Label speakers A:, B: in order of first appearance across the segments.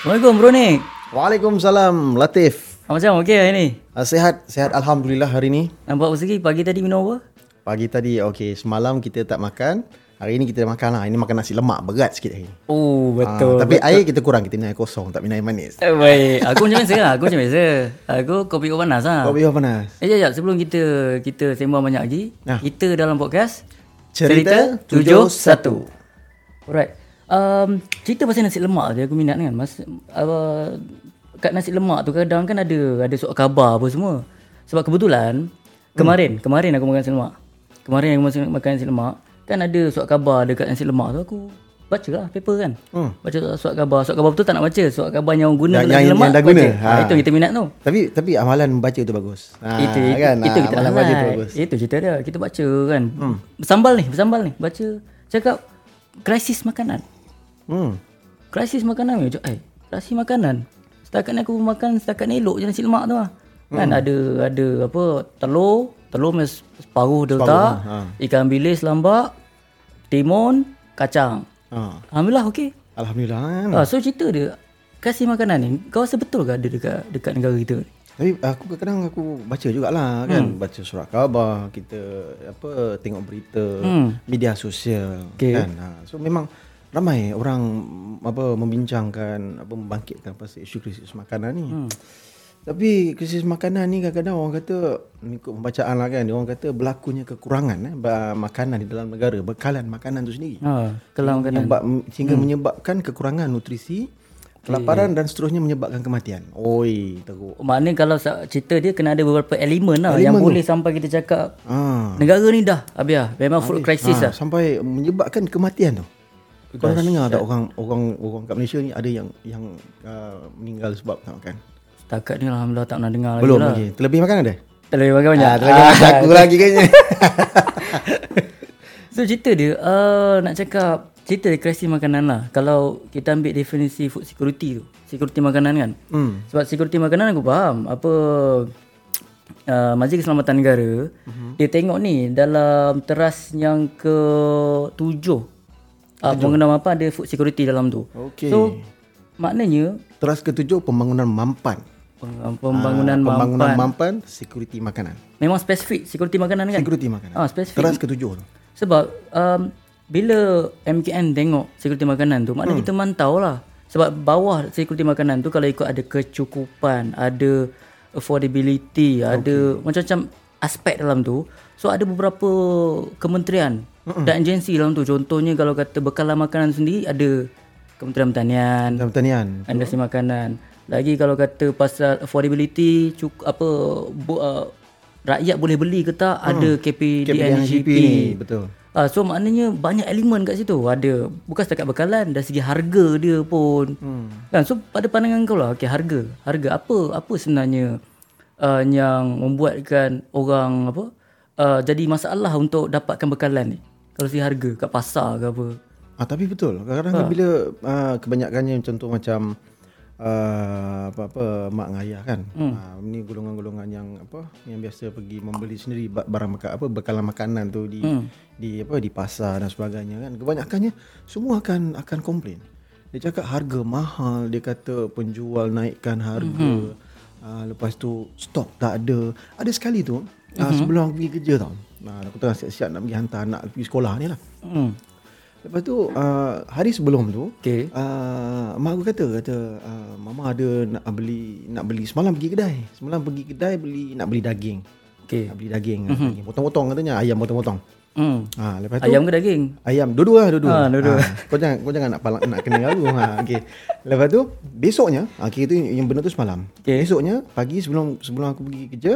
A: Assalamualaikum bro ni.
B: Waalaikumsalam Latif.
A: Ah, Macam okey hari ni?
B: Ah, Sehat, sehat alhamdulillah hari ni.
A: Nampak apa sikit pagi tadi minum apa?
B: Pagi tadi okey, semalam kita tak makan. Hari ni kita makan lah. Ini makan nasi lemak berat sikit hari ni.
A: Oh
B: Betul. Ah, tapi air kita kurang, kita minum air kosong, tak minum air manis.
A: Eh, baik. Aku macam biasa lah. Aku macam biasa. Aku kopi kau panas lah.
B: Kau
A: Kopi.
B: biar panas.
A: Eh, jap, jap. Sebelum kita kita sembang banyak lagi,
B: Ah.
A: kita dalam podcast
B: Cerita
A: 71. Alright. Um, cerita pasal nasi lemak je aku minat kan. Mas, uh, kat nasi lemak tu kadang kan ada ada surat khabar apa semua. Sebab kebetulan kemarin, hmm. kemarin aku makan nasi lemak. Kemarin aku makan, makan nasi lemak, kan ada surat khabar dekat nasi lemak tu aku baca lah paper kan. Hmm. Baca surat, surat khabar. Surat khabar betul tak nak baca. Surat khabar yang orang guna kat
B: Yang- yang-
A: nasi
B: yang
A: lemak.
B: dah guna.
A: baca. Ha.
B: Ha.
A: Itu kita minat tu.
B: Tapi tapi amalan membaca tu bagus. Ha,
A: Itu itu,
B: kan?
A: itu
B: Ah,
A: kita
B: amalan
A: nak
B: membaca tu
A: highlight.
B: bagus.
A: Itu cerita dia. Kita baca kan. Hmm. Bersambal ni, bersambal ni. Baca cakap krisis makanan.
B: Hmm.
A: Krisis makanan ni. Cakap, Eh, krisis makanan. Setakat ni aku makan setakat ni elok je nasi lemak tu lah. Kan
B: Hmm.
A: ada ada apa telur, telur macam separuh dia letak,
B: ha,
A: ikan bilis lambak, timun, kacang.
B: Ha.
A: Alhamdulillah okey.
B: Alhamdulillah kan.
A: Hmm. Ah, so cerita dia kasih makanan ni kau rasa betul ke ada dekat dekat negara kita ni?
B: Tapi aku kadang-kadang aku baca jugalah kan baca surat khabar kita apa tengok berita media sosial
A: Okey.
B: kan ha. so memang ramai orang mm, apa membincangkan apa membangkitkan pasal isu krisis makanan ni tapi krisis makanan ni kadang-kadang orang kata ikut pembacaan lah kan dia orang kata berlakunya kekurangan eh, ba- makanan di dalam negara bekalan makanan tu sendiri
A: Ha, kelam makanan.
B: menyebab, sehingga menyebabkan kekurangan nutrisi kelaparan dan seterusnya menyebabkan kematian oi teruk
A: Maknanya kalau sa- cerita dia kena ada beberapa elemen lah yang boleh sampai kita cakap
B: Ah,
A: negara ni dah habis lah. Memang food crisis
B: ah,
A: lah.
B: sampai menyebabkan kematian tu. Kau pernah dengar tak orang orang orang kat Malaysia ni ada yang yang uh, meninggal sebab tak makan?
A: Setakat ni Alhamdulillah tak pernah dengar
B: Belum
A: lagi lah.
B: lagi. Terlebih makan ada?
A: Terlebih banyak-banyak.
B: Ah, terlebih makan aku lagi kayaknya.
A: So cerita dia uh, nak cakap cerita dia krisis makanan lah. Kalau kita ambil definisi food security tu, security makanan kan. Hmm. Sebab security makanan aku faham apa uh, Majlis Keselamatan Negara uh-huh. dia tengok ni dalam teras yang ke tujuh uh, mengenai apa ada food security dalam tu.
B: Okey.
A: So maknanya
B: Teras ketujuh pembangunan mampan.
A: peng- pembangunan
B: Ah,
A: uh,
B: pembangunan mampan, security makanan.
A: memang spesifik security makanan kan.
B: Security makanan.
A: Ah spesifik.
B: Teras ketujuh tu.
A: Sebab um, bila MKN tengok security makanan tu, maknanya hmm. kita mantau lah. Sebab bawah security makanan tu kalau ikut ada kecukupan, ada affordability, okay. ada macam-macam aspek dalam tu. So ada beberapa kementerian hmm. dan agensi dalam tu. Contohnya kalau kata bekalan makanan sendiri ada Kementerian Pertanian,
B: Dalam pertanian.
A: Industri makanan. Lagi kalau kata pasal affordability cuk, apa bu, uh, rakyat boleh beli ke tak ada KPDN
B: KPDNGP,
A: GP.
B: betul.
A: Uh, so maknanya banyak elemen kat situ. Ada bukan setakat bekalan dari segi harga dia pun. Hmm. Kan so pada pandangan kau lah okey harga. Harga apa apa sebenarnya uh, yang membuatkan orang apa uh, jadi masalah untuk dapatkan bekalan ni. Kalau si harga kat pasar ke apa.
B: Ah tapi betul. Kadang-kadang bila ah, kebanyakannya contoh macam ah, apa-apa mak dengan ayah kan. Ah, ni golongan-golongan yang apa yang biasa pergi membeli sendiri ba- barang makan apa bekalan makanan tu di di apa di pasar dan sebagainya kan. Kebanyakannya semua akan akan komplain. Dia cakap harga mahal, dia kata penjual naikkan harga. Ah, lepas tu stok tak ada. Ada sekali tu ah, sebelum aku pergi kerja tau. Ah, aku tengah siap-siap nak pergi hantar anak pergi sekolah ni lah.
A: Hmm.
B: Lepas tu uh, hari sebelum tu
A: Okey.
B: uh, mak aku kata kata uh, mama ada nak beli nak beli semalam pergi kedai. Semalam pergi kedai beli nak beli daging.
A: Okey.
B: Nak beli daging, mm-hmm. daging potong-potong katanya ayam potong-potong.
A: Hmm.
B: Ha lepas tu
A: Mhm. Ayam ke daging?
B: Ayam dua-dua lah dua-dua.
A: Ah, dua-dua.
B: Ha, kau jangan kau jangan nak palak nak kena aku. Ha okey. Lepas tu besoknya, ha, kira tu yang benda tu semalam.
A: Okey.
B: Besoknya pagi sebelum sebelum aku pergi kerja,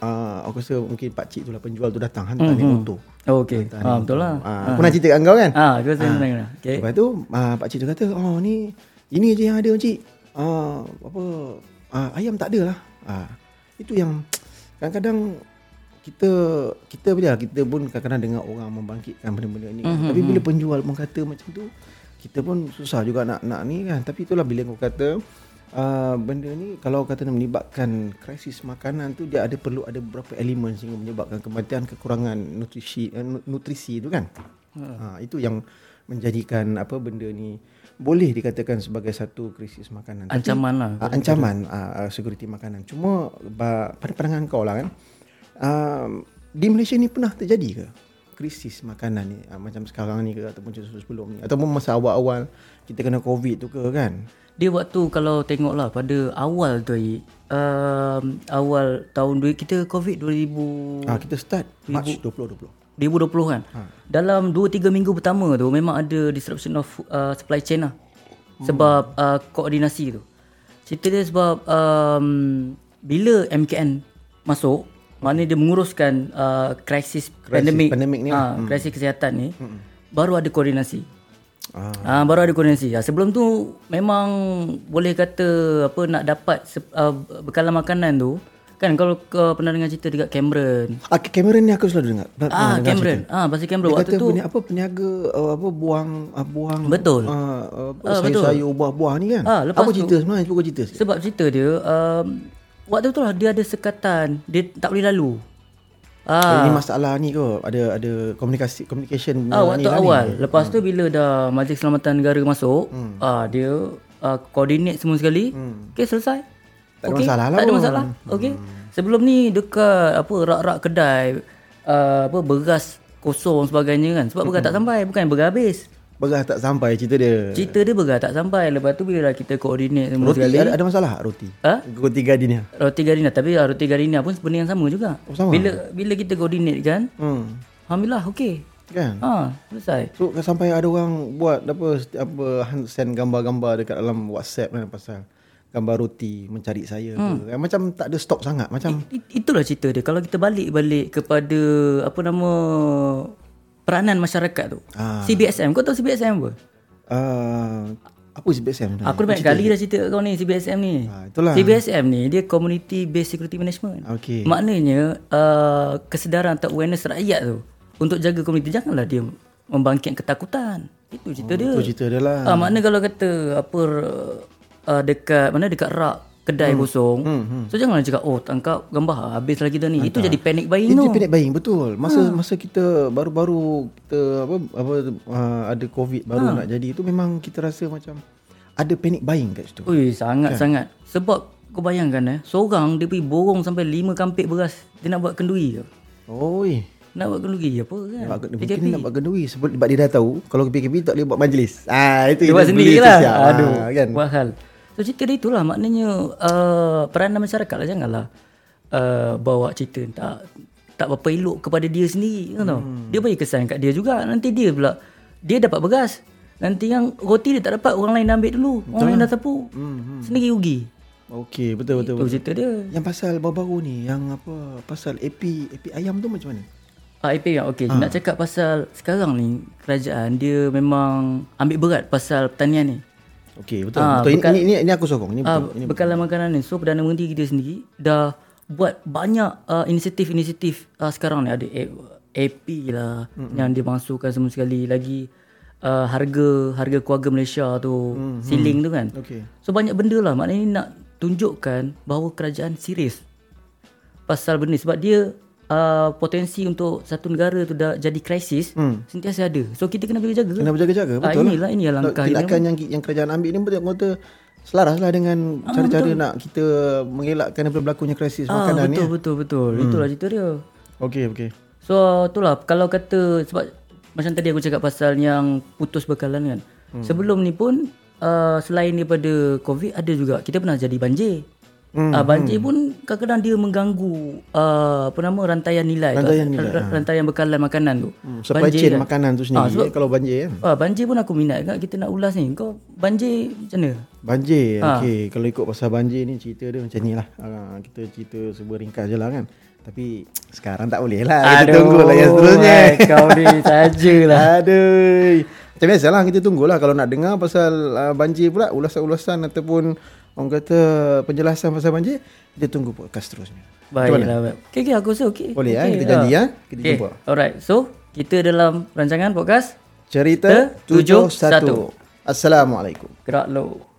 B: uh, aku rasa mungkin pak cik tu lah penjual tu datang hantar mm-hmm. ni motor.
A: Oh, okey. Ah, betul lah.
B: Ha, aku nak cerita kat kau kan?
A: Ah, aku rasa senang lah. Okey.
B: Okay. Lepas tu uh, pak cik tu kata, "Oh ni ini je yang ada makcik. Ah uh, apa uh, ayam tak ada lah." Ah itu yang kadang-kadang kita kita bila kita pun kadang-kadang dengar orang membangkitkan benda-benda ni. Mm-hmm. Tapi bila penjual pun kata macam tu, kita pun susah juga nak nak ni kan. Tapi itulah bila kau kata Uh, benda ni kalau kata nak melibatkan krisis makanan tu dia ada perlu ada beberapa elemen sehingga menyebabkan kematian kekurangan eh, nutrisi uh, nutrisi tu kan. Ha, itu yang menjadikan apa benda ni boleh dikatakan sebagai satu krisis makanan. Tapi,
A: Ancaman lah.
B: ah, ancaman ah, ah, security makanan. Cuma ba- pada pandangan kau lah kan. ah, di Malaysia ni pernah terjadi ke krisis makanan ni Ah, macam sekarang ni ke ataupun macam sebelum ni ataupun masa awal-awal kita kena covid tu ke kan?
A: Dia waktu kalau tengoklah pada awal tu Aik, um, awal tahun du- kita COVID 2000
B: Ah, kita start March 2020.
A: 2020 kan. Ha. Dalam 2 3 minggu pertama tu memang ada disruption of uh, supply chain lah. Sebab uh, koordinasi tu. Cerita dia sebab um, bila MKN masuk, maknanya dia menguruskan uh, krisis, pandemik,
B: pandemik ni
A: ha, krisis kesihatan ni, baru ada koordinasi.
B: Ah.
A: Hmm. Ah. baru ada koordinasi. Ah, sebelum tu memang boleh kata apa nak dapat se- ah, bekalan makanan tu kan kalau kau pernah dengar cerita dekat Cameron.
B: Ah, Cameron ni aku selalu dengar. ha,
A: Ah, Cameron. Ah, pasal Cameron
B: Dia
A: waktu
B: kata peni, apa peniaga uh, apa buang uh, buang
A: Betul.
B: uh, uh, sayur-sayur buah-buah ni kan.
A: Ah, lepas
B: apa cerita sebenarnya cuba kau cerita sikit.
A: Sebab cerita dia um, Waktu tu lah dia ada sekatan Dia tak boleh lalu
B: Ah.
A: Ah,
B: Ini masalah ni ke ada ada komunikasi communication
A: ah
B: ni
A: waktu
B: lah
A: awal Lepas tu bila dah Majlis Keselamatan Negara masuk
B: Hmm.
A: ah, Dia ah, coordinate semua sekali Okay selesai
B: Tak ada masalah lah
A: Tak ada
B: pun.
A: masalah Okay Sebelum ni dekat apa rak-rak kedai ah, apa beras kosong sebagainya kan sebab beras tak
B: Hmm.
A: sampai bukan beras habis
B: ni. Bagas tak sampai cerita dia.
A: cerita dia beras tak sampai lepas tu bila dah kita coordinate semua
B: Roti
A: sekali
B: ada, ada masalah tak roti?
A: Ah?
B: Roti gardenia.
A: Roti Garina tapi ah, roti Garina pun sebenarnya yang sama juga.
B: Oh, sama?
A: Bila bila kita coordinate kan,
B: Hmm.
A: alhamdulillah okey.
B: Kan?
A: Ha, selesai.
B: So sampai ada orang buat apa seti- apa send gambar-gambar dekat dalam WhatsApp kan pasal gambar roti mencari saya hmm. ke. Macam tak ada stop sangat. Macam
A: It, itulah cerita dia. Kalau kita balik-balik kepada apa nama peranan masyarakat tu.
B: Ah.
A: CBSM. Kau tahu CBSM apa?
B: Uh, apa is BSM sebenarnya?
A: Aku dah banyak kali dah cerita kat kau ni CBSM ni.
B: Ah, itulah.
A: CBSM ni dia community based security management.
B: Okey.
A: Maknanya uh, kesedaran atau awareness rakyat tu untuk jaga komuniti janganlah dia membangkit ketakutan. Itu cerita dia.
B: Itu cerita dia lah.
A: Ah, makna kalau kata apa uh, dekat mana dekat rak kedai hmm. kosong. Hmm, hmm. So janganlah cakap oh tangkap gambar ah, habis lagi dah ni. Itu jadi panic buying
B: Itu
A: tu.
B: pendek baik betul. Masa masa kita baru-baru kita apa apa uh, ada COVID baru nak jadi itu memang kita rasa macam ada panic buying kat situ.
A: Ui sangat-sangat. Sebab kau bayangkan eh, seorang dia pergi borong sampai 5 kampik beras dia nak buat kenduri ke.
B: Oi.
A: Nak buat kenduri apa kan?
B: Nak buat mungkin nak buat kenduri sebab sebab dia dah tahu kalau PKP tak boleh buat majlis. Ah
A: Dia
B: itu
A: buat sendiri lah. Aduh,
B: Aduh kan.
A: Buat hal. So cerita dia itulah maknanya uh, peranan masyarakat lah janganlah uh, bawa cerita tak tak berapa elok kepada dia sendiri kan tau.
B: Hmm.
A: Dia bagi kesan kat dia juga. Nanti dia pula dia dapat beras. Nanti yang roti dia tak dapat orang lain dah ambil dulu. Orang lain dah sapu. Sendiri rugi.
B: Okey lah. Hmm, betul betul.
A: Itu cerita dia.
B: Yang pasal baru-baru ni yang apa pasal AP AP ayam tu macam mana?
A: Ah, IP yang okey. Nak cakap pasal sekarang ni kerajaan dia memang ambil berat pasal pertanian ni.
B: Okey betul. betul. Ini, ini, ini ini aku sokong. Ini
A: Ah,
B: betul. ini
A: bekalan makanan ni. So Perdana Menteri kita sendiri dah buat banyak uh, inisiatif-inisiatif uh, sekarang ni ada A- AP lah mm-hmm. yang dimasukkan semua sekali lagi uh, harga harga keluarga Malaysia tu mm-hmm. siling tu kan.
B: Okey.
A: So banyak benda lah maknanya nak tunjukkan bahawa kerajaan serius pasal benda ni sebab dia uh, potensi untuk satu negara tu dah jadi krisis mm. sentiasa ada. So kita kena boleh jaga.
B: Kena berjaga-jaga
A: Ah,
B: betul. lah.
A: inilah inilah langkah kita.
B: tindakan yang yang kerajaan ambil ni betul kata selaras lah dengan cara-cara nak kita mengelakkan daripada berlakunya krisis
A: Ah,
B: makanan ni. Mm.
A: betul, betul betul Itulah cerita dia.
B: Okey okey.
A: So itulah kalau kata sebab macam tadi aku cakap pasal yang putus bekalan kan. Hmm. Sebelum ni pun uh, selain daripada COVID ada juga kita pernah jadi banjir. Hmm. Uh, banjir pun kadang-kadang dia mengganggu uh, apa nama rantaian nilai
B: Rantaian ha.
A: nilai rantaian bekalan makanan tu.
B: Hmm, supply
A: Banjir
B: chain
A: kan.
B: makanan tu sendiri eh, kalau banjir kan.
A: Ah, banjir pun aku minat kan kita nak ulas ni. Kau banjir macam mana?
B: Banjir.
A: Ah.
B: Okey, kalau ikut pasal banjir ni cerita dia macam ni lah. Ah, kita cerita sebuah ringkas je lah kan. Tapi sekarang tak boleh lah. Kita tunggu lah yang seterusnya.
A: eh, Kau ni lah. sajalah.
B: Aduh. Macam biasalah kita tunggulah kalau nak dengar pasal uh, banjir pula ulasan-ulasan ataupun orang kata penjelasan pasal banjir, kita tunggu podcast seterusnya.
A: Baiklah. Baik. Okey okey aku rasa okey.
B: Boleh, ah,
A: Okey,
B: kita janji, ah. Kita
A: Okey,
B: jumpa.
A: Alright. So, kita dalam rancangan podcast
B: Cerita
A: Ter- tujuh
B: 71. Assalamualaikum.
A: Gerak Low.